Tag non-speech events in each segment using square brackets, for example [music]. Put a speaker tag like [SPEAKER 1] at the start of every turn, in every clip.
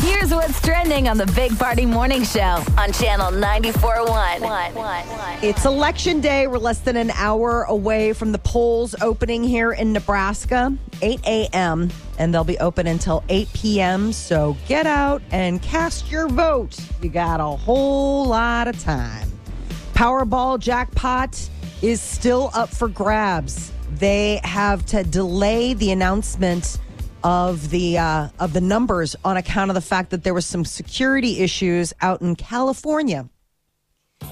[SPEAKER 1] Here's what's trending on the Big Party Morning Show on Channel 94.1.
[SPEAKER 2] It's election day. We're less than an hour away from the polls opening here in Nebraska, 8 a.m., and they'll be open until 8 p.m. So get out and cast your vote. You got a whole lot of time. Powerball jackpot is still up for grabs. They have to delay the announcement of the uh, of the numbers on account of the fact that there was some security issues out in California.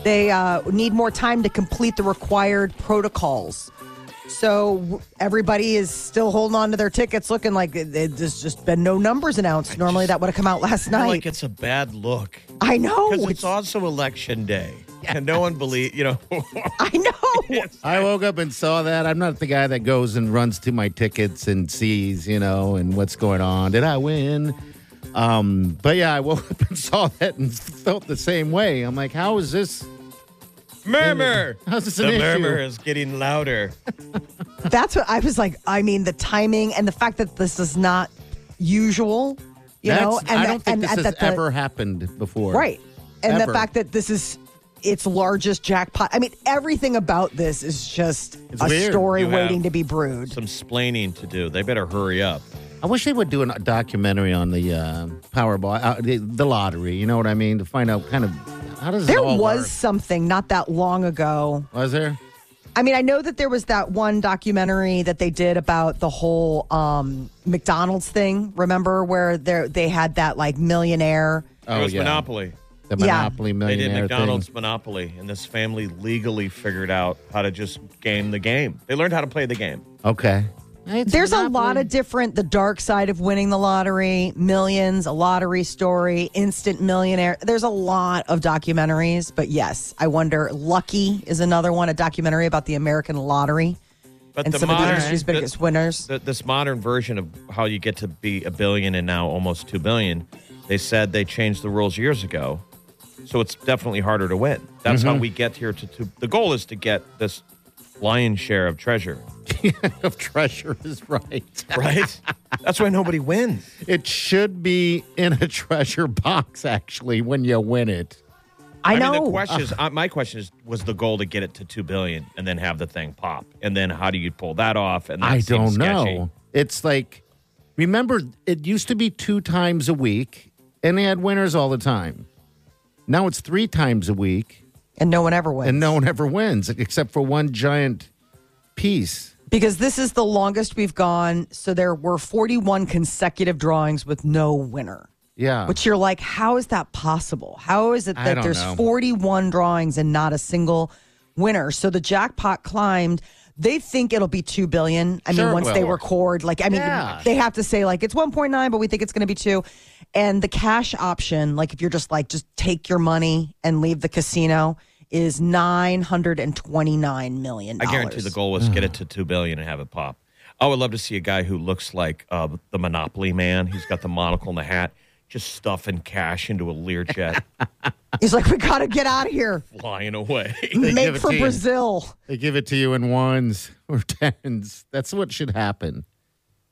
[SPEAKER 2] They uh, need more time to complete the required protocols. So w- everybody is still holding on to their tickets, looking like th- th- there's just been no numbers announced. Normally, that would have come out last
[SPEAKER 3] feel
[SPEAKER 2] night.
[SPEAKER 3] like it's a bad look
[SPEAKER 2] I know.
[SPEAKER 3] because it's
[SPEAKER 2] it's-
[SPEAKER 3] also election day, and no one believe you know.
[SPEAKER 2] I
[SPEAKER 3] [laughs]
[SPEAKER 2] know.
[SPEAKER 4] I woke up and saw that. I'm not the guy that goes and runs to my tickets and sees, you know, and what's going on. Did I win? Um, but yeah, I woke up and [laughs] saw that and felt the same way. I'm like, how is this?
[SPEAKER 3] [laughs] murmur.
[SPEAKER 4] How's this an
[SPEAKER 3] the
[SPEAKER 4] issue?
[SPEAKER 3] murmur is getting louder.
[SPEAKER 2] That's what I was like. I mean, the timing and the fact that this is not usual, you
[SPEAKER 4] That's-
[SPEAKER 2] know. And
[SPEAKER 4] I
[SPEAKER 2] that-
[SPEAKER 4] don't think
[SPEAKER 2] and
[SPEAKER 4] this
[SPEAKER 2] and
[SPEAKER 4] has
[SPEAKER 2] that the-
[SPEAKER 4] ever happened before.
[SPEAKER 2] right, and
[SPEAKER 4] Ever.
[SPEAKER 2] the fact that this is its largest jackpot. I mean, everything about this is just
[SPEAKER 4] It's
[SPEAKER 2] a
[SPEAKER 4] weird.
[SPEAKER 2] story
[SPEAKER 3] You
[SPEAKER 2] waiting
[SPEAKER 3] have
[SPEAKER 2] to be brewed.
[SPEAKER 3] Some splaining to do. They better hurry up.
[SPEAKER 4] I wish they would do an- a documentary on the uh, Powerball, uh, the, the lottery. You know what I mean? To find out kind of how does
[SPEAKER 2] there
[SPEAKER 4] it all
[SPEAKER 2] was
[SPEAKER 4] work?
[SPEAKER 2] something not that long ago.
[SPEAKER 4] was there?
[SPEAKER 2] I mean, I know that there was that one documentary that they did about the whole um, McDonald's thing. Remember where there they had that like millionaire.
[SPEAKER 3] It was Monopoly.
[SPEAKER 4] the
[SPEAKER 2] Yeah.
[SPEAKER 4] Monopoly
[SPEAKER 3] They
[SPEAKER 4] millionaire
[SPEAKER 3] did McDonald's
[SPEAKER 4] thing.
[SPEAKER 3] Monopoly, and this family legally figured out how to just game the game. They learned how to play the game.
[SPEAKER 4] Okay. It's
[SPEAKER 2] There's a
[SPEAKER 4] Monopoly.
[SPEAKER 2] lot of different the dark side of winning the lottery, millions, a lottery story, instant millionaire. There's a lot of documentaries, but yes, I wonder. Lucky is another one, a documentary about the American lottery
[SPEAKER 3] But
[SPEAKER 2] and
[SPEAKER 3] the
[SPEAKER 2] some of the
[SPEAKER 3] modern,
[SPEAKER 2] industry's biggest
[SPEAKER 3] the-
[SPEAKER 2] winners.
[SPEAKER 3] th- this modern version of how you get to be a billion and now almost two billion, they said they changed the rules years ago, so it's definitely harder to win. That's
[SPEAKER 4] Mm-hmm.
[SPEAKER 3] how we get here to two. The goal is to get this lion's share of treasure, [laughs]
[SPEAKER 4] [laughs] of treasure is right.
[SPEAKER 3] right? That's why nobody wins.
[SPEAKER 4] It should be in a [laughs] treasure box actually when you win it.
[SPEAKER 2] [laughs] I,
[SPEAKER 3] I
[SPEAKER 2] know.
[SPEAKER 3] mean, the question is, uh, my question is, was the goal to get it to two billion and then have the thing pop, and then how do you pull that off? And that
[SPEAKER 4] I
[SPEAKER 3] seems
[SPEAKER 4] don't know.
[SPEAKER 3] sketchy.
[SPEAKER 4] It's like remember it used to be two times a week and they had winners all the time. Now it's three times a week
[SPEAKER 2] and no one ever wins.
[SPEAKER 4] and no one ever wins except for one giant piece.
[SPEAKER 2] because this is the longest we've gone. So there were 41 consecutive drawings with no winner.
[SPEAKER 4] Yeah.
[SPEAKER 2] Which you're like, how is that possible? How is it
[SPEAKER 4] I
[SPEAKER 2] that
[SPEAKER 4] don't
[SPEAKER 2] there's
[SPEAKER 4] know.
[SPEAKER 2] 41 drawings and not a single winner? So the jackpot climbed. They think it'll be two billion. I
[SPEAKER 4] Sure
[SPEAKER 2] mean,
[SPEAKER 4] it
[SPEAKER 2] once they
[SPEAKER 4] will.
[SPEAKER 2] record, like, I mean,
[SPEAKER 4] Yeah.
[SPEAKER 2] they have to say like it's 1.9, but we think it's going to be two. And the cash option, like if you're just like just take your money and leave the casino, is 929 million.
[SPEAKER 3] I guarantee the goal was get it to two billion and have it pop. I would love to see a guy who looks like uh, the Monopoly man. He's got the monocle and the hat, just stuffing cash into a Learjet,
[SPEAKER 2] He's like, we got to get out of here.
[SPEAKER 3] flying away.
[SPEAKER 4] give
[SPEAKER 2] Make
[SPEAKER 4] it
[SPEAKER 2] for
[SPEAKER 4] to you.
[SPEAKER 2] Brazil.
[SPEAKER 4] They give it to you in ones [laughs] or tens. That's what should happen.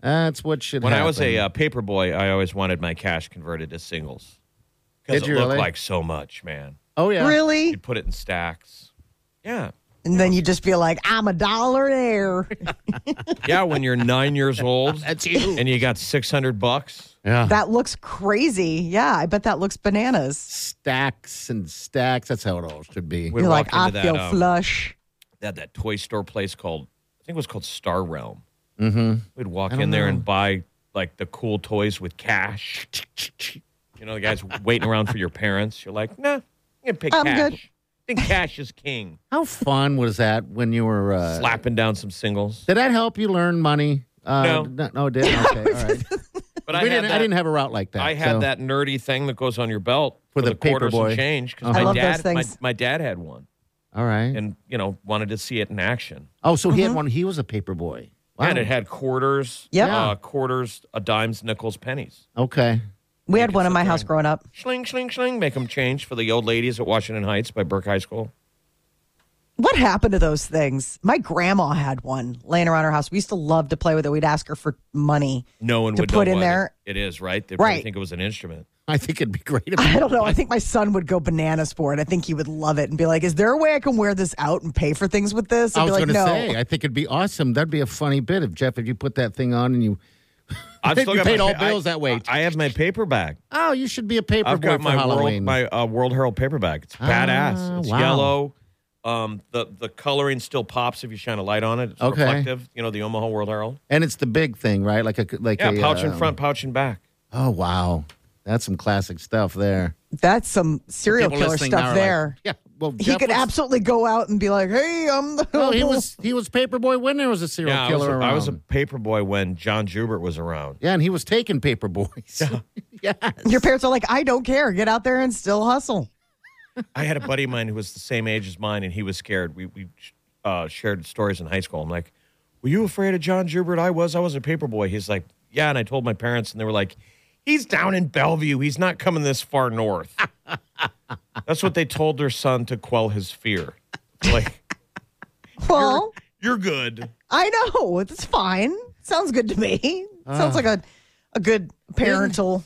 [SPEAKER 4] That's what should
[SPEAKER 3] when
[SPEAKER 4] happen.
[SPEAKER 3] I was a uh, paper boy, I always wanted my cash converted to singles because
[SPEAKER 4] Did
[SPEAKER 3] it
[SPEAKER 4] you
[SPEAKER 3] looked
[SPEAKER 4] really?
[SPEAKER 3] like so much, man.
[SPEAKER 4] Oh yeah.
[SPEAKER 2] Really?
[SPEAKER 3] You'd put it in stacks. Yeah,
[SPEAKER 2] And then you just be like, I'm a dollar
[SPEAKER 4] [laughs]
[SPEAKER 2] there.
[SPEAKER 3] yeah. When you're nine years old, that's you, and you got six hundred bucks.
[SPEAKER 4] Yeah.
[SPEAKER 2] That looks crazy. Yeah, I bet that looks bananas.
[SPEAKER 4] stacks and stacks. That's how it all should be.
[SPEAKER 3] We'd
[SPEAKER 2] You're
[SPEAKER 3] walk
[SPEAKER 2] like, I
[SPEAKER 3] into that,
[SPEAKER 2] feel
[SPEAKER 3] um,
[SPEAKER 2] flush.
[SPEAKER 3] they had that toy store place called I think it was called Star Realm. Mm-hmm. We'd walk
[SPEAKER 4] I don't
[SPEAKER 3] in there
[SPEAKER 4] know.
[SPEAKER 3] and buy like the cool toys with cash. You know, the guys waiting around for your parents. You're like, nah, I'm gonna pay
[SPEAKER 2] I'm
[SPEAKER 3] cash.
[SPEAKER 2] good.
[SPEAKER 3] I think cash is
[SPEAKER 4] [laughs]
[SPEAKER 3] king.
[SPEAKER 4] How fun was that when you were uh,
[SPEAKER 3] Slapping down some singles.
[SPEAKER 4] Did that help you learn money? Uh,
[SPEAKER 3] No.
[SPEAKER 4] no, no, it didn't. Okay, all right.
[SPEAKER 3] But [laughs] I
[SPEAKER 4] we
[SPEAKER 3] had
[SPEAKER 4] didn't,
[SPEAKER 3] that-
[SPEAKER 4] I didn't have a route like that.
[SPEAKER 3] I had
[SPEAKER 4] so-
[SPEAKER 3] that nerdy thing that goes on your belt
[SPEAKER 4] For
[SPEAKER 3] for,
[SPEAKER 4] the
[SPEAKER 3] the,
[SPEAKER 4] paper
[SPEAKER 3] quarters
[SPEAKER 4] boy.
[SPEAKER 3] and change because
[SPEAKER 4] Uh-huh.
[SPEAKER 2] I
[SPEAKER 3] my
[SPEAKER 2] love
[SPEAKER 3] dad,
[SPEAKER 2] those
[SPEAKER 3] my,
[SPEAKER 2] things.
[SPEAKER 3] my dad had one,
[SPEAKER 4] All right.
[SPEAKER 3] and you know wanted to see it in action.
[SPEAKER 4] oh, so he
[SPEAKER 2] Uh-huh.
[SPEAKER 4] had one. He was a paper boy. Wow.
[SPEAKER 3] And it had quarters,
[SPEAKER 2] Yep.
[SPEAKER 3] uh, quarters, uh, dimes, nickels, pennies.
[SPEAKER 4] okay.
[SPEAKER 2] We had one in my house growing up.
[SPEAKER 3] Schling, schling, schling. Make them change for the old ladies at Washington Heights by Burke High School.
[SPEAKER 2] What happened to those things? My grandma had one laying around her house. We used to love to play with it. We'd ask her for money. [laughs]
[SPEAKER 3] No one
[SPEAKER 2] To
[SPEAKER 3] would
[SPEAKER 2] put
[SPEAKER 3] know
[SPEAKER 2] in
[SPEAKER 3] what
[SPEAKER 2] there-
[SPEAKER 3] It is right. They probably
[SPEAKER 2] Right.
[SPEAKER 3] think it was an instrument.
[SPEAKER 4] I think it'd be great.
[SPEAKER 2] [laughs]
[SPEAKER 4] If
[SPEAKER 2] I don't know. I think my son would go bananas for it. I think he would love it and be like, "Is there a way I can wear this out and pay for things with this?" I'd
[SPEAKER 4] I was
[SPEAKER 2] be like,
[SPEAKER 4] going to
[SPEAKER 2] "No."
[SPEAKER 4] say. uh, I think it'd be awesome. That'd be a funny bit if Jeff, if you put that thing on and you.
[SPEAKER 3] I've
[SPEAKER 4] think
[SPEAKER 3] still
[SPEAKER 4] we
[SPEAKER 3] got my
[SPEAKER 4] paid all
[SPEAKER 3] pa-
[SPEAKER 4] bills
[SPEAKER 3] I,
[SPEAKER 4] that way.
[SPEAKER 3] I have my paper bag.
[SPEAKER 4] Oh, you should be a paper
[SPEAKER 3] I've
[SPEAKER 4] boy
[SPEAKER 3] got
[SPEAKER 4] for
[SPEAKER 3] my world,
[SPEAKER 4] Halloween.
[SPEAKER 3] my uh, World Herald paper bag. It's badass. It's
[SPEAKER 4] wow.
[SPEAKER 3] yellow. Um, the the coloring still pops if you shine a light on it. It's
[SPEAKER 4] Okay.
[SPEAKER 3] reflective. You know the Omaha World Herald.
[SPEAKER 4] and it's the big thing, right? Like a like
[SPEAKER 3] Yeah,
[SPEAKER 4] a
[SPEAKER 3] pouch in
[SPEAKER 4] uh,
[SPEAKER 3] front, pouch in back.
[SPEAKER 4] Oh wow, that's some classic stuff there.
[SPEAKER 2] That's some serial
[SPEAKER 4] People
[SPEAKER 2] killer
[SPEAKER 4] listening now are
[SPEAKER 2] stuff
[SPEAKER 4] like,
[SPEAKER 2] there.
[SPEAKER 4] yeah, well,
[SPEAKER 2] he
[SPEAKER 4] Jeff
[SPEAKER 2] could
[SPEAKER 4] was-
[SPEAKER 2] absolutely go out and be like, "Hey, I'm the." [laughs]
[SPEAKER 4] Oh, he was he was Paperboy when there was a serial
[SPEAKER 3] Yeah, I was,
[SPEAKER 4] killer
[SPEAKER 3] a,
[SPEAKER 4] around.
[SPEAKER 3] I was a paper boy when John Jubert was around.
[SPEAKER 4] yeah, and he was taking paper boys. [laughs] Yeah.
[SPEAKER 2] Your parents are like, "I don't care. Get out there and still
[SPEAKER 4] [laughs]
[SPEAKER 2] hustle."
[SPEAKER 3] I had a buddy of mine who was the same age as mine, and he was scared. We we uh, shared stories in high school. I'm like, "Were you afraid of John Jubert?" I was. I was a paper boy. He's like, "Yeah," and I told my parents, and they were like, "He's down in Bellevue. He's not coming this far
[SPEAKER 4] [laughs]
[SPEAKER 3] north." That's what they told their son to quell his fear. Like,
[SPEAKER 2] Well,
[SPEAKER 3] you're good.
[SPEAKER 2] I know it's fine. Sounds good to me.
[SPEAKER 4] Uh.
[SPEAKER 2] Sounds like a a good parental.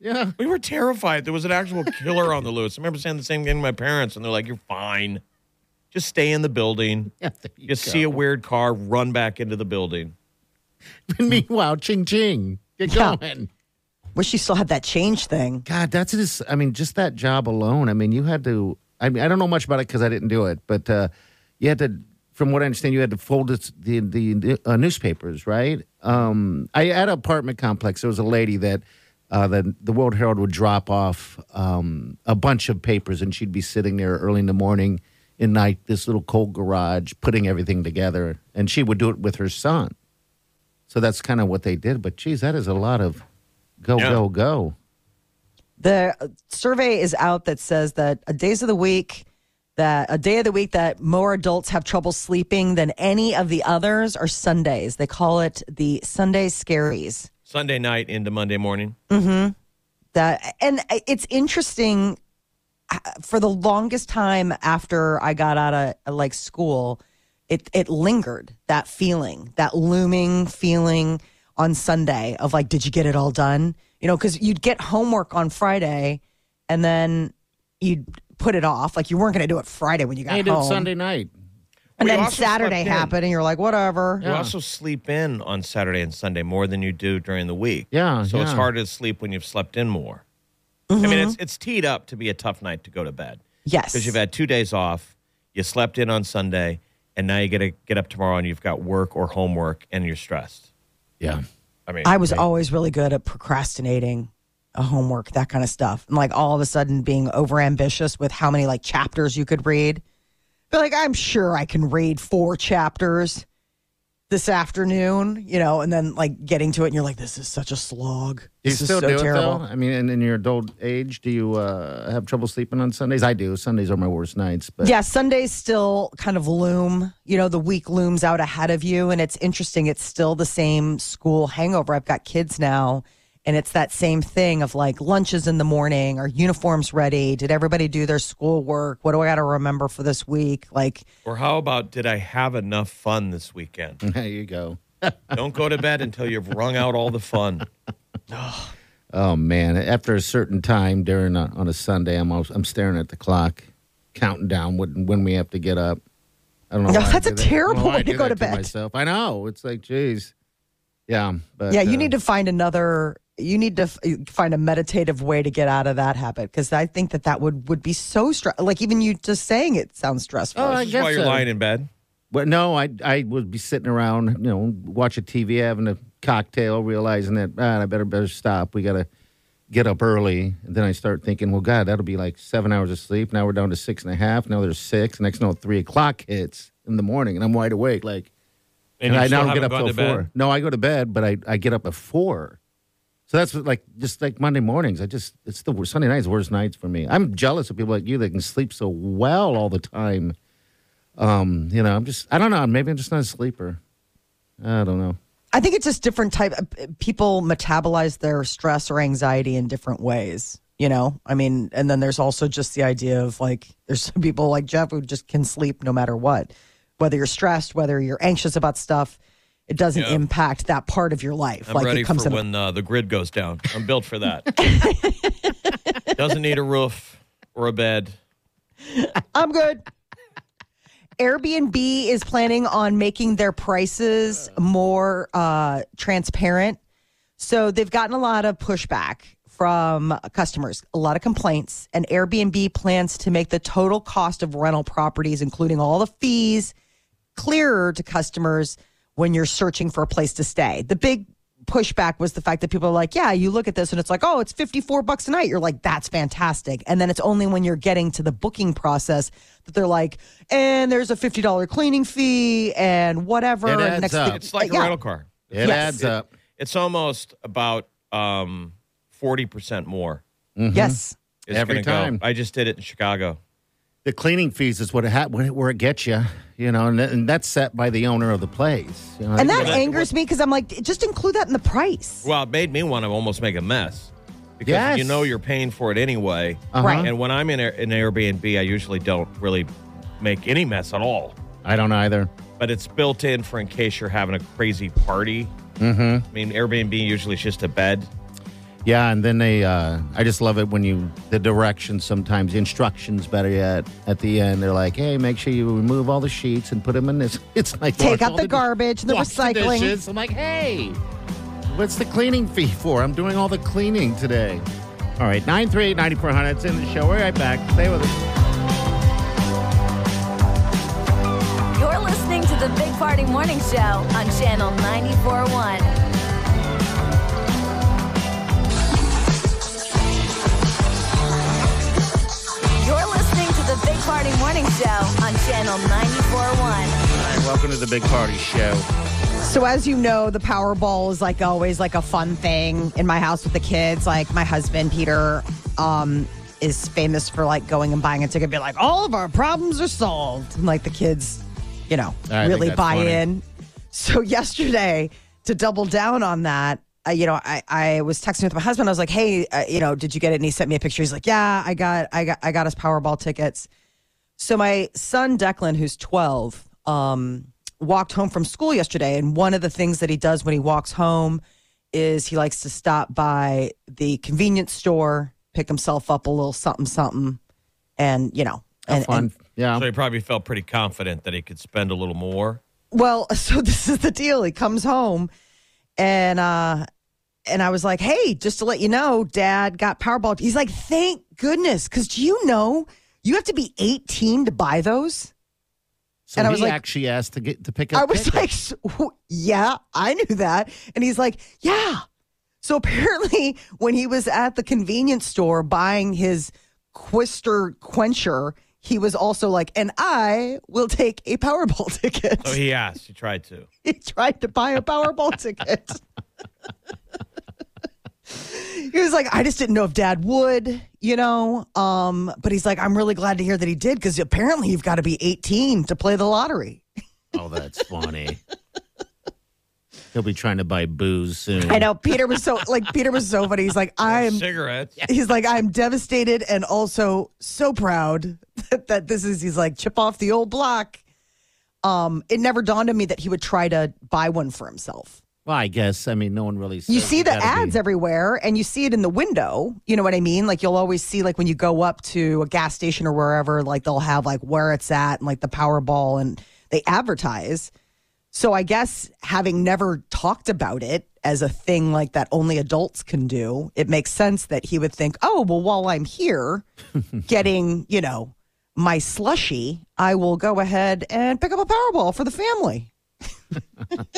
[SPEAKER 4] yeah.
[SPEAKER 3] We were terrified. There was an actual killer on the loose. I remember saying the same thing to my parents, and they're like, "You're fine. Just stay in the building.
[SPEAKER 4] Yeah, there you
[SPEAKER 3] You see a weird car, run back into the building."
[SPEAKER 4] go. [laughs] Meanwhile, ching ching, get
[SPEAKER 2] Yeah.
[SPEAKER 4] going.
[SPEAKER 2] Wish you still had that change thing.
[SPEAKER 4] God, that's just. I mean, just that job alone. I mean, you had to. I mean, I don't know much about it because I didn't do it, but uh, you had to. From what I understand, you had to fold this- the the uh, newspapers, right? Um, I at an apartment complex. There was a lady that uh, the the World Herald would drop off um, a bunch of papers, and she'd be sitting there early in the morning in like this little cold garage, putting everything together, and she would do it with her son. So that's kind of what they did. But geez, that is a lot of go
[SPEAKER 3] Yeah.
[SPEAKER 4] go go.
[SPEAKER 2] The uh, survey is out that says that a days of the week that a day of the week that more adults have trouble sleeping than any of the others are Sundays. They call it the Sunday scaries.
[SPEAKER 3] Sunday night into Monday morning.
[SPEAKER 2] That and it's interesting uh, for the longest time after I got out of uh, like school, it it lingered that feeling, that looming feeling on Sunday of like, did you get it all done? You know, because you'd get homework on Friday, and then you'd put it off, like you weren't going to do it Friday when you got
[SPEAKER 4] Hey, do
[SPEAKER 2] home.
[SPEAKER 4] it Sunday night.
[SPEAKER 2] and
[SPEAKER 3] We
[SPEAKER 2] then
[SPEAKER 3] also
[SPEAKER 2] Saturday
[SPEAKER 3] slept in.
[SPEAKER 2] happened, and you're like, whatever.
[SPEAKER 3] You also sleep in on Saturday and Sunday more than you do during the week. So
[SPEAKER 4] Yeah,
[SPEAKER 3] it's
[SPEAKER 4] yeah. Mm-hmm.
[SPEAKER 3] harder to sleep when you've slept in more. I mean, it's it's teed up to be a tough night to go to bed
[SPEAKER 2] Yes,
[SPEAKER 3] because you've had two days off, you slept in on Sunday, and now you got to get up tomorrow and you've got work or homework and you're stressed.
[SPEAKER 4] Yeah.
[SPEAKER 3] I mean,
[SPEAKER 2] I was always really good at procrastinating uh, homework, that kind of stuff. And like all of a sudden being overambitious with how many like chapters you could read. But like, I'm sure I can read four chapters this afternoon, you know, and then like getting to it and you're like, this is such a slog.
[SPEAKER 4] Do you
[SPEAKER 2] This is
[SPEAKER 4] still
[SPEAKER 2] so
[SPEAKER 4] do
[SPEAKER 2] terrible.
[SPEAKER 4] it though? I mean, and in your adult age, do you uh, have trouble sleeping on Sundays? I do. Sundays are my worst nights. But
[SPEAKER 2] Yeah, Sundays still kind of loom. You know, the week looms out ahead of you. And it's interesting. It's still the same school hangover. I've got kids now. And it's that same thing of like lunches in the morning, are uniforms ready? Did everybody do their schoolwork? What do I got to remember for this week? Like,
[SPEAKER 3] or how about did I have enough fun this weekend?
[SPEAKER 4] [laughs] [laughs] there you go.
[SPEAKER 3] Don't go to bed until you've wrung out all the fun.
[SPEAKER 4] Oh man! After a certain time during a, on a Sunday, I'm always, I'm staring at the clock, counting down when, when we have to get up. I don't know.
[SPEAKER 2] No,
[SPEAKER 4] why I
[SPEAKER 2] that's
[SPEAKER 4] do
[SPEAKER 2] a
[SPEAKER 4] that. I don't know
[SPEAKER 2] terrible
[SPEAKER 4] why I
[SPEAKER 2] way to
[SPEAKER 4] do
[SPEAKER 2] go
[SPEAKER 4] that
[SPEAKER 2] to bed.
[SPEAKER 4] Myself, I know. It's like, geez, yeah. But
[SPEAKER 2] yeah, you
[SPEAKER 4] uh,
[SPEAKER 2] need to find another, you need to f- find a meditative way to get out of that habit. Cause I think that that would, would be so stress. Like, even you just saying it sounds stressful.
[SPEAKER 4] Oh, I
[SPEAKER 3] This is
[SPEAKER 4] guess
[SPEAKER 3] why you're
[SPEAKER 4] so.
[SPEAKER 3] lying in bed.
[SPEAKER 4] Well, no, I I would be sitting around, you know, watching TV, having a cocktail, realizing that ah, I better better stop. We gotta get up early, and then I start thinking, well, God, that'll be like seven hours of sleep. Now we're down to six and a half. Now there's six. Next, no, three o'clock hits in the morning, and I'm wide awake. Like,
[SPEAKER 3] And, you
[SPEAKER 4] I
[SPEAKER 3] still
[SPEAKER 4] now
[SPEAKER 3] haven't
[SPEAKER 4] get up
[SPEAKER 3] gone
[SPEAKER 4] till
[SPEAKER 3] to bed.
[SPEAKER 4] four. No, I go to bed, but I I get up at four. So that's what, like just like Monday mornings. I just it's the worst. Sunday nights worst nights for me. I'm jealous of people like you that can sleep so well all the time. Um, you know, I'm just I don't know. Maybe I'm just not a sleeper. I don't know.
[SPEAKER 2] I think it's just different type. uh, People metabolize their stress or anxiety in different ways. You know, I mean, and then there's also just the idea of like [laughs] there's some people like Jeff who just can sleep no matter what, whether you're stressed, whether you're anxious about stuff. It doesn't
[SPEAKER 3] Yeah.
[SPEAKER 2] impact that part of your life.
[SPEAKER 3] I'm
[SPEAKER 2] like
[SPEAKER 3] ready
[SPEAKER 2] it comes
[SPEAKER 3] for
[SPEAKER 2] in.
[SPEAKER 3] when uh, the grid goes down. I'm built
[SPEAKER 2] [laughs]
[SPEAKER 3] for that. Doesn't need a roof or a bed.
[SPEAKER 2] I'm good. [laughs] Airbnb is planning on making their prices more uh, transparent. So they've gotten a lot of pushback from customers, a lot of complaints, and Airbnb plans to make the total cost of rental properties, including all the fees, clearer to customers when you're searching for a place to stay. The big pushback was the fact that people are like, yeah, you look at this and it's like, oh, it's 54 bucks a night. You're like, that's fantastic. And then it's only when you're getting to the booking process that they're like, and there's a $50 cleaning fee and whatever.
[SPEAKER 4] It
[SPEAKER 2] and
[SPEAKER 4] adds up.
[SPEAKER 2] thing-
[SPEAKER 3] It's like
[SPEAKER 2] yeah.
[SPEAKER 3] a rental car.
[SPEAKER 4] It adds up.
[SPEAKER 3] It's almost about um, 40% more.
[SPEAKER 4] Mm-hmm.
[SPEAKER 2] Yes.
[SPEAKER 3] is
[SPEAKER 4] Every
[SPEAKER 3] gonna go.
[SPEAKER 4] time.
[SPEAKER 3] I just did it in Chicago.
[SPEAKER 4] The cleaning fees is what it ha- where it- where it gets you, you know, and, that- and that's set by the owner of the place. You know,
[SPEAKER 2] And that
[SPEAKER 3] that-
[SPEAKER 2] angers me because I'm like, just include that in the price.
[SPEAKER 3] Well, it made me want to almost make a mess because
[SPEAKER 4] Yes. Uh-huh.
[SPEAKER 3] you know you're paying for it anyway.
[SPEAKER 2] Right.
[SPEAKER 3] And when I'm in Air- an Airbnb, I usually don't really make any mess at all.
[SPEAKER 4] I don't either.
[SPEAKER 3] But it's built in for in case you're having a crazy party. Mm-hmm. I mean, Airbnb usually is just a bed.
[SPEAKER 4] Yeah, and then they, uh, I just love it when you, the directions sometimes, instructions better yet, at the end, they're like, hey, make sure you remove all the sheets and put them in this. [laughs] It's like,
[SPEAKER 2] Take
[SPEAKER 4] wash
[SPEAKER 2] out
[SPEAKER 4] all
[SPEAKER 2] the garbage, the
[SPEAKER 4] wash
[SPEAKER 2] recycling.
[SPEAKER 4] dishes. I'm like, hey, what's the cleaning fee for? I'm doing all the cleaning today. All right, 938 9400. It's in the show. We're right back. Stay with us.
[SPEAKER 1] You're listening to the Big Party Morning Show on Channel 94.1. You're listening to the Big Party Morning Show on Channel 94.1.
[SPEAKER 4] All right, welcome to the Big Party Show.
[SPEAKER 2] So as you know, the Powerball is like always like a fun thing in my house with the kids. Like my husband Peter um is famous for like going and buying a ticket and be like, all of our problems are solved. And like the kids, you know,
[SPEAKER 4] I think
[SPEAKER 2] really
[SPEAKER 4] that's
[SPEAKER 2] buy
[SPEAKER 4] funny.
[SPEAKER 2] in. So [laughs] yesterday, to double down on that, uh, you know, I, I was texting with my husband. I was like, hey, uh, you know, did you get it? And he sent me a picture. He's like, yeah, I got I got I got us Powerball tickets. So my son Declan, who's 12, um, walked home from school yesterday, and one of the things that he does when he walks home is he likes to stop by the convenience store, pick himself up a little something something, and you know, and,
[SPEAKER 4] Fun.
[SPEAKER 2] and-
[SPEAKER 4] yeah.
[SPEAKER 3] So he probably felt pretty confident that he could spend a little more.
[SPEAKER 2] well, [laughs] so this is the deal. He comes home, and uh, and I was like, hey, just to let you know, Dad got Powerball. He's like, thank goodness, because do you know you have to be 18 to buy those?
[SPEAKER 4] So
[SPEAKER 2] and I
[SPEAKER 4] he
[SPEAKER 2] was like-
[SPEAKER 4] actually asked to get to pick up.
[SPEAKER 2] I was
[SPEAKER 4] tickets.
[SPEAKER 2] like, "S- wh- yeah, I knew that. And he's like, yeah. So apparently, when he was at the convenience store buying his Quister quencher, he was also like, and I will take a Powerball [laughs] ticket.
[SPEAKER 3] So Oh, he asked. He tried to.
[SPEAKER 2] he tried to buy a Powerball [laughs] ticket. he was like, I just didn't know if dad would, you know. Um, but he's like, I'm really glad to hear that he did because apparently you've got to be 18 to play the lottery.
[SPEAKER 4] Oh, that's funny. He'll be trying to buy booze soon.
[SPEAKER 2] I know Peter was so like Peter was so funny. He's like I'm.
[SPEAKER 3] Cigarettes.
[SPEAKER 2] He's like I'm devastated and also so proud [laughs] that, that this is. He's like chip off the old block. Um, it never dawned on me that he would try to buy one for himself.
[SPEAKER 4] Well, I guess. I mean, no one really.
[SPEAKER 2] You
[SPEAKER 4] says
[SPEAKER 2] see the
[SPEAKER 4] gotta be-
[SPEAKER 2] ads everywhere, and you see it in the window. You know what I mean? Like you'll always see like when you go up to a gas station or wherever, like they'll have like where it's at and like the Powerball, and they advertise. So I guess having never talked about it as a thing like that only adults can do, it makes sense that he would think, oh, well, while I'm here getting, you know, my slushy, I will go ahead and pick up a Powerball for the family.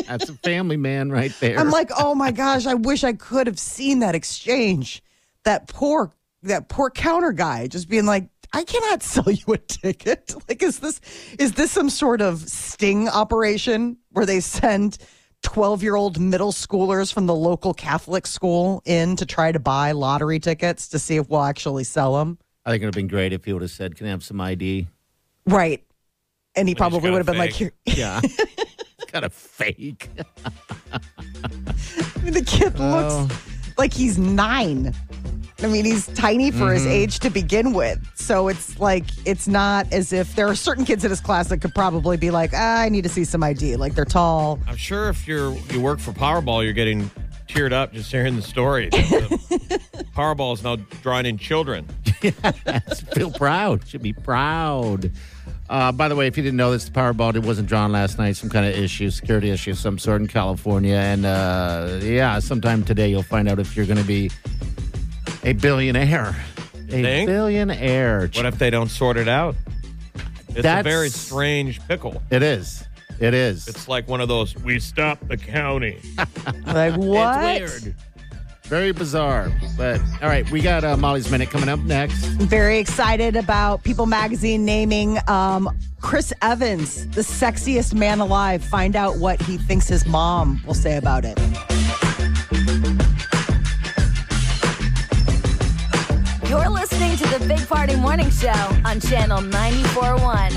[SPEAKER 4] That's a family man right
[SPEAKER 2] [laughs]
[SPEAKER 4] there.
[SPEAKER 2] I'm like, oh my gosh, I wish I could have seen that exchange. That poor that poor counter guy just being like, I cannot [laughs] sell you a [laughs] ticket. Like, is this is this some sort of sting operation where they send 12 year old middle schoolers from the local Catholic school in to try to buy lottery tickets to see if we'll actually sell them.
[SPEAKER 4] I think it would have been great if he would have said, "Can I have some ID?"
[SPEAKER 2] Right. And he probably would
[SPEAKER 3] got a
[SPEAKER 2] have been like,
[SPEAKER 3] fake.
[SPEAKER 2] Here.
[SPEAKER 4] Yeah,
[SPEAKER 2] [laughs]
[SPEAKER 4] kind of fake.
[SPEAKER 2] the kid
[SPEAKER 4] Oh.
[SPEAKER 2] looks like he's nine. I mean, he's tiny for his
[SPEAKER 4] Mm-hmm.
[SPEAKER 2] age to begin with. So it's like, it's not as if there are certain kids in his class that could probably be like, ah, I need to see some ID. Like they're tall.
[SPEAKER 3] I'm sure if you're you work for Powerball, you're getting teared up just hearing the story. uh,
[SPEAKER 2] [laughs]
[SPEAKER 3] Powerball is now drawing in children.
[SPEAKER 4] Feel proud. Should be proud. Uh, by the way, if you didn't know this, the Powerball it wasn't drawn last night. Some kind of issue, security issue, of some sort in California, and uh, yeah, sometime today you'll find out if you're going to be a billionaire. A
[SPEAKER 3] think?
[SPEAKER 4] billionaire.
[SPEAKER 3] What if they don't sort it out? It's
[SPEAKER 4] That's-
[SPEAKER 3] a very strange pickle.
[SPEAKER 4] it is. It is.
[SPEAKER 3] It's like one of those we stop the county.
[SPEAKER 2] Like, what?
[SPEAKER 4] It's weird. Very bizarre. But all right, we got uh, Molly's Minute coming up next.
[SPEAKER 2] Very excited about People Magazine naming um, Chris Evans the sexiest man alive. Find out what he thinks his mom will say about it.
[SPEAKER 1] You're listening to the Big Party Morning Show on Channel 941.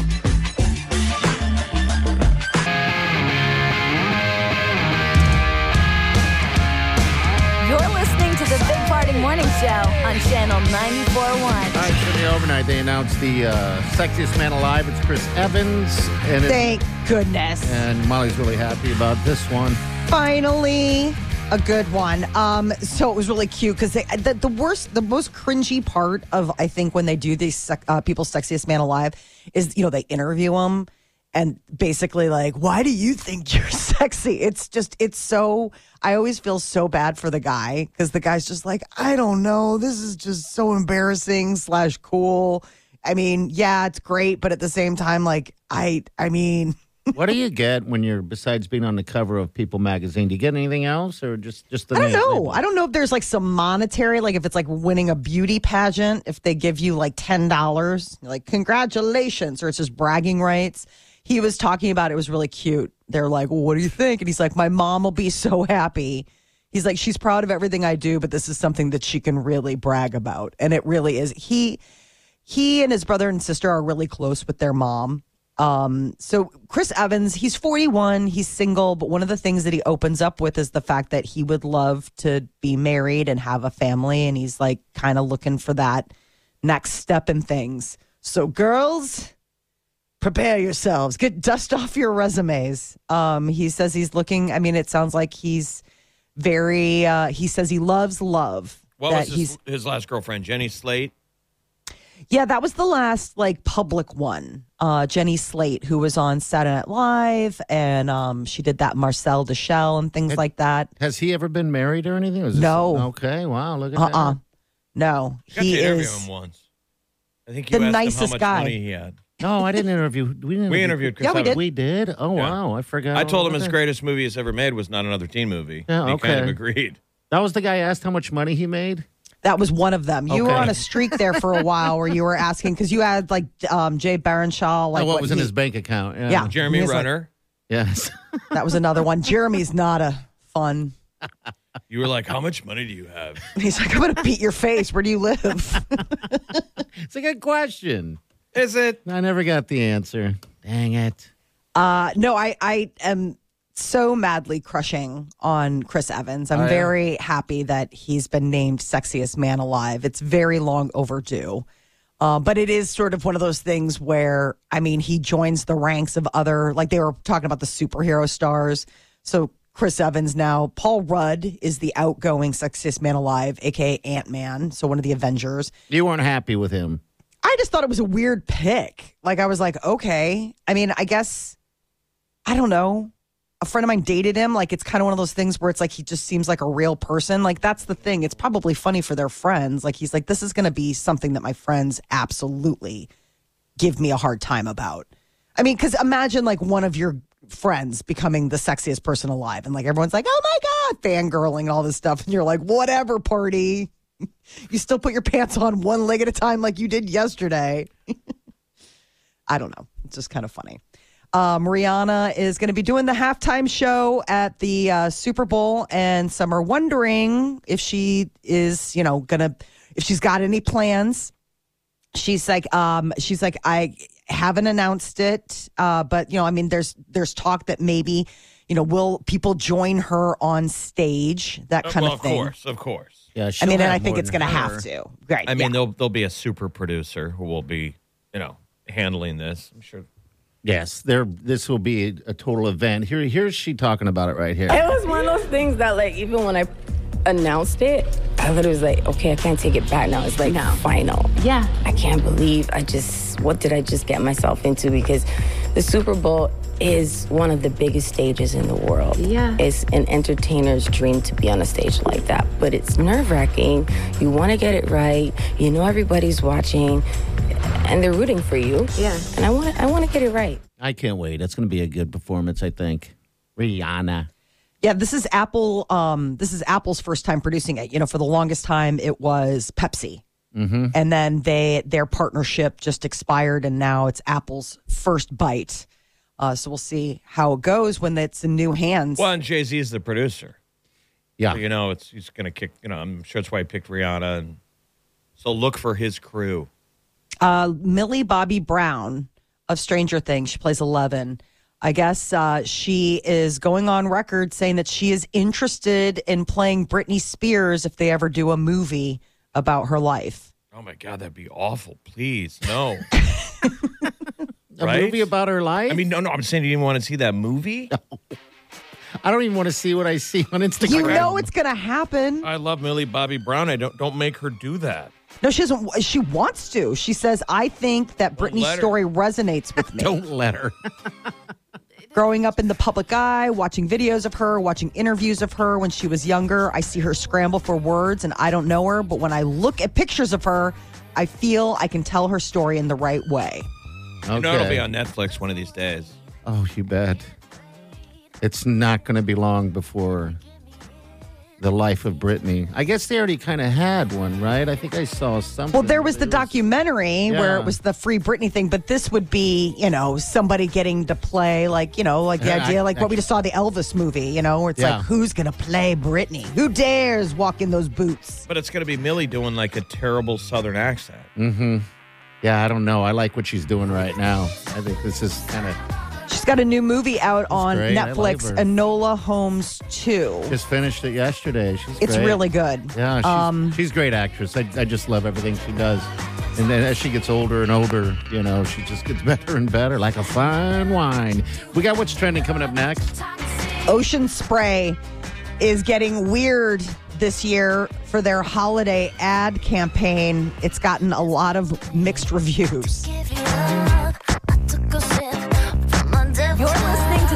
[SPEAKER 1] You're listening to the Big Party Morning Show on Channel 941.
[SPEAKER 4] All right, so the overnight they announced the uh, sexiest man alive. It's Chris Evans, and it,
[SPEAKER 2] Thank goodness.
[SPEAKER 4] and Molly's really happy about this one.
[SPEAKER 2] finally a good one um so it was really cute because the, the worst the most cringy part of i think when they do these sec, uh, people's sexiest man alive is you know they interview them and basically like why do you think [laughs] you're sexy it's just it's so i always feel so bad for the guy because the guy's just like i don't know this is just so embarrassing slash cool i mean yeah it's great but at the same time like i i mean
[SPEAKER 4] what do you get when you're besides being on the cover of People magazine? Do you get anything else, or just just the
[SPEAKER 2] I don't
[SPEAKER 4] name?
[SPEAKER 2] know. I don't know if there's like some monetary, like if it's like winning a beauty pageant, if they give you like ten dollars, like congratulations, or it's just bragging rights. He was talking about it was really cute. They're like, well, "What do you think?" And he's like, "My mom will be so happy." He's like, "She's proud of everything I do, but this is something that she can really brag about." And it really is. He he and his brother and sister are really close with their mom. Um, so Chris Evans, he's 41, he's single, but one of the things that he opens up with is the fact that he would love to be married and have a family, and he's like kind of looking for that next step in things. So, girls, prepare yourselves. Get dust off your resumes. Um, he says he's looking. I mean, it sounds like he's very. Uh, he says he loves love.
[SPEAKER 3] What
[SPEAKER 2] that
[SPEAKER 3] was his, his last girlfriend, Jenny Slate?
[SPEAKER 2] yeah, that was the last like public one. Uh, Jenny Slate, who was on Saturday Night Live, and um, she did that Marcel Deschelle and things like that.
[SPEAKER 4] Has he ever been married or anything? Or is this-
[SPEAKER 2] No.
[SPEAKER 4] okay. Wow. Look at
[SPEAKER 2] Uh uh No,
[SPEAKER 3] I got
[SPEAKER 2] he
[SPEAKER 3] to interview
[SPEAKER 2] is.
[SPEAKER 3] him once. I think
[SPEAKER 2] the
[SPEAKER 3] you asked him
[SPEAKER 2] nicest
[SPEAKER 3] how much
[SPEAKER 2] guy.
[SPEAKER 3] money he had.
[SPEAKER 4] that. No, I didn't interview. We didn't.
[SPEAKER 3] We
[SPEAKER 4] interview-
[SPEAKER 3] interviewed Chris
[SPEAKER 2] Yeah, we
[SPEAKER 3] Evans.
[SPEAKER 2] did.
[SPEAKER 4] We did. Oh
[SPEAKER 3] Yeah.
[SPEAKER 4] wow, I forgot.
[SPEAKER 3] I told him
[SPEAKER 4] all
[SPEAKER 3] his
[SPEAKER 4] about
[SPEAKER 3] greatest movie he's ever made was not another teen movie.
[SPEAKER 4] Yeah,
[SPEAKER 3] he kind of
[SPEAKER 4] okay.
[SPEAKER 3] agreed.
[SPEAKER 4] That That was the guy asked how much money he made.
[SPEAKER 2] That was one of them. You were
[SPEAKER 4] Okay.
[SPEAKER 2] on a streak there for a while where you
[SPEAKER 4] [laughs]
[SPEAKER 2] were asking because you had like um, Jay Baruchel. Like
[SPEAKER 4] oh, what, was in
[SPEAKER 2] he-
[SPEAKER 4] his bank account? Yeah.
[SPEAKER 2] Yeah.
[SPEAKER 3] Jeremy
[SPEAKER 2] He's like-
[SPEAKER 3] Renner.
[SPEAKER 4] Yes. [laughs]
[SPEAKER 2] That was another one. Jeremy's not a fun.
[SPEAKER 3] you were like, how much money do you have?
[SPEAKER 2] He's like, I'm gonna beat your face. Where do you live?
[SPEAKER 4] it's a good question.
[SPEAKER 3] Is it?
[SPEAKER 4] I never got the answer. Dang it.
[SPEAKER 2] Uh, no, I, I am so madly crushing on Chris Evans. I'm very happy that he's been named sexiest man alive. It's very long overdue. Uh, but it is sort of one of those things where, I mean, he joins the ranks of other, like they were talking about the superhero stars. So Chris Evans now, Paul Rudd is the outgoing sexiest man alive, aka Ant Man. So one of the Avengers.
[SPEAKER 4] You weren't happy with him.
[SPEAKER 2] I just thought it was a weird pick. Like I was like, okay. I mean, I guess I don't know. A friend of mine dated him. Like it's kind of one of those things where it's like he just seems like a real person. Like that's the thing. It's probably funny for their friends. Like he's like, this is going to be something that my friends absolutely give me a hard time about. I mean, because imagine like one of your friends becoming the sexiest person alive, and like everyone's like, oh my god, fangirling and all this stuff, and you're like, whatever, party. You still put your pants on one [laughs] leg at a time like you did yesterday. I don't know. It's just kind of funny. Um, Rihanna is going to be doing the halftime show at the uh, Super Bowl, and some are wondering if she is, you know, gonna if she's got any plans. She's like, um, she's like, I haven't announced it, uh, but you know, I mean, there's there's talk that maybe, you know, will people join her on stage? That kind
[SPEAKER 3] Uh, well,
[SPEAKER 2] of thing.
[SPEAKER 3] Of course, of course.
[SPEAKER 4] Yeah,
[SPEAKER 2] I
[SPEAKER 4] she'll
[SPEAKER 2] mean, and
[SPEAKER 4] have
[SPEAKER 2] I think
[SPEAKER 4] more
[SPEAKER 2] it's
[SPEAKER 4] than
[SPEAKER 2] going to
[SPEAKER 4] her.
[SPEAKER 2] have to. Right.
[SPEAKER 3] I mean,
[SPEAKER 2] yeah.
[SPEAKER 3] there'll there'll be a super producer who will be, you know, handling this. I'm sure.
[SPEAKER 4] Yes, there. This will be a total event. Here, here's she talking about it right here.
[SPEAKER 5] [laughs] It was one of those things that, like, even when I announced it, I literally was like, okay, I can't take it back now. It's like
[SPEAKER 6] No.
[SPEAKER 5] final.
[SPEAKER 6] Yeah.
[SPEAKER 5] I can't believe I just, what did I just get myself into? Because the Super Bowl is one of the biggest stages in the world.
[SPEAKER 6] Yeah.
[SPEAKER 5] It's an entertainer's dream to be on a stage like that, but it's nerve wracking. You want to get it right, you know, everybody's watching. And they're rooting for you.
[SPEAKER 6] Yeah.
[SPEAKER 5] And I want to. I want to get it right.
[SPEAKER 4] I can't wait. It's going to be a good performance. I think Rihanna.
[SPEAKER 2] Yeah, this is Apple. Um, this is Apple's first time producing it. You know, for the longest time it was Pepsi, mm-hmm. and then they their partnership just expired, and now it's Apple's first bite. Uh, so we'll see how it goes when it's in new hands.
[SPEAKER 3] Well, and Jay Z is the producer.
[SPEAKER 4] Yeah.
[SPEAKER 3] So, you know, it's he's gonna kick. You know, I'm sure that's why he picked Rihanna. And so look for his crew.
[SPEAKER 2] Uh, Millie Bobby Brown of Stranger Things, she plays Eleven. I guess uh, she is going on record saying that she is interested in playing Britney Spears if they ever do a movie about her life.
[SPEAKER 3] Oh my God, that'd be awful. Please, no.
[SPEAKER 4] A
[SPEAKER 3] Right?
[SPEAKER 4] movie about her life.
[SPEAKER 3] I mean, no, no. I'm saying you didn't want to see that movie.
[SPEAKER 4] I don't even want to see what I see on Instagram.
[SPEAKER 2] You know it's going to happen.
[SPEAKER 3] I love Millie Bobby Brown. I don't don't make her do that.
[SPEAKER 2] No, she doesn't. She wants to. She says, "I think that Britney's
[SPEAKER 3] let her.
[SPEAKER 2] story resonates with me.
[SPEAKER 4] Don't
[SPEAKER 3] [laughs]
[SPEAKER 4] let her.
[SPEAKER 2] Growing up in the public eye, watching videos of her, watching interviews of her when she was younger, I see her scramble for words, and I don't know her. But when I look at pictures of her, I feel I can tell her story in the right way."
[SPEAKER 4] Okay.
[SPEAKER 3] You know, it'll be on Netflix one of these days.
[SPEAKER 4] Oh, you bet. It's not going to be long before the life of Britney. I guess they already kind of had one, right? I think I saw something.
[SPEAKER 2] Well, there was the
[SPEAKER 4] It
[SPEAKER 2] documentary where
[SPEAKER 4] Yeah.
[SPEAKER 2] it was the free Britney thing, but this would be, you know, somebody getting to play, like, you know, like the
[SPEAKER 4] Yeah,
[SPEAKER 2] idea,
[SPEAKER 4] I-
[SPEAKER 2] like what we just saw the Elvis movie, you know, where it's
[SPEAKER 4] Yeah.
[SPEAKER 2] like, who's going to play Britney? Who dares walk in those boots?
[SPEAKER 3] But it's gonna be Millie doing like a terrible Southern accent.
[SPEAKER 4] Yeah, I don't know. I like what she's doing right now. I think this is kind of
[SPEAKER 2] She's got a new movie out on
[SPEAKER 4] great. I like
[SPEAKER 2] Netflix,
[SPEAKER 4] her.
[SPEAKER 2] Enola Holmes 2.
[SPEAKER 4] just finished it yesterday. She's
[SPEAKER 2] it's
[SPEAKER 4] great.
[SPEAKER 2] really good.
[SPEAKER 4] yeah. She's,
[SPEAKER 2] Um,
[SPEAKER 4] she's a great actress. I, I just love everything she does. And then as she gets older and older, you know, she just gets [laughs] better and better, like a fine wine. We got what's trending coming up next.
[SPEAKER 2] Ocean Spray is getting weird this year for their holiday ad campaign. It's gotten a lot of mixed reviews.
[SPEAKER 1] You're listening to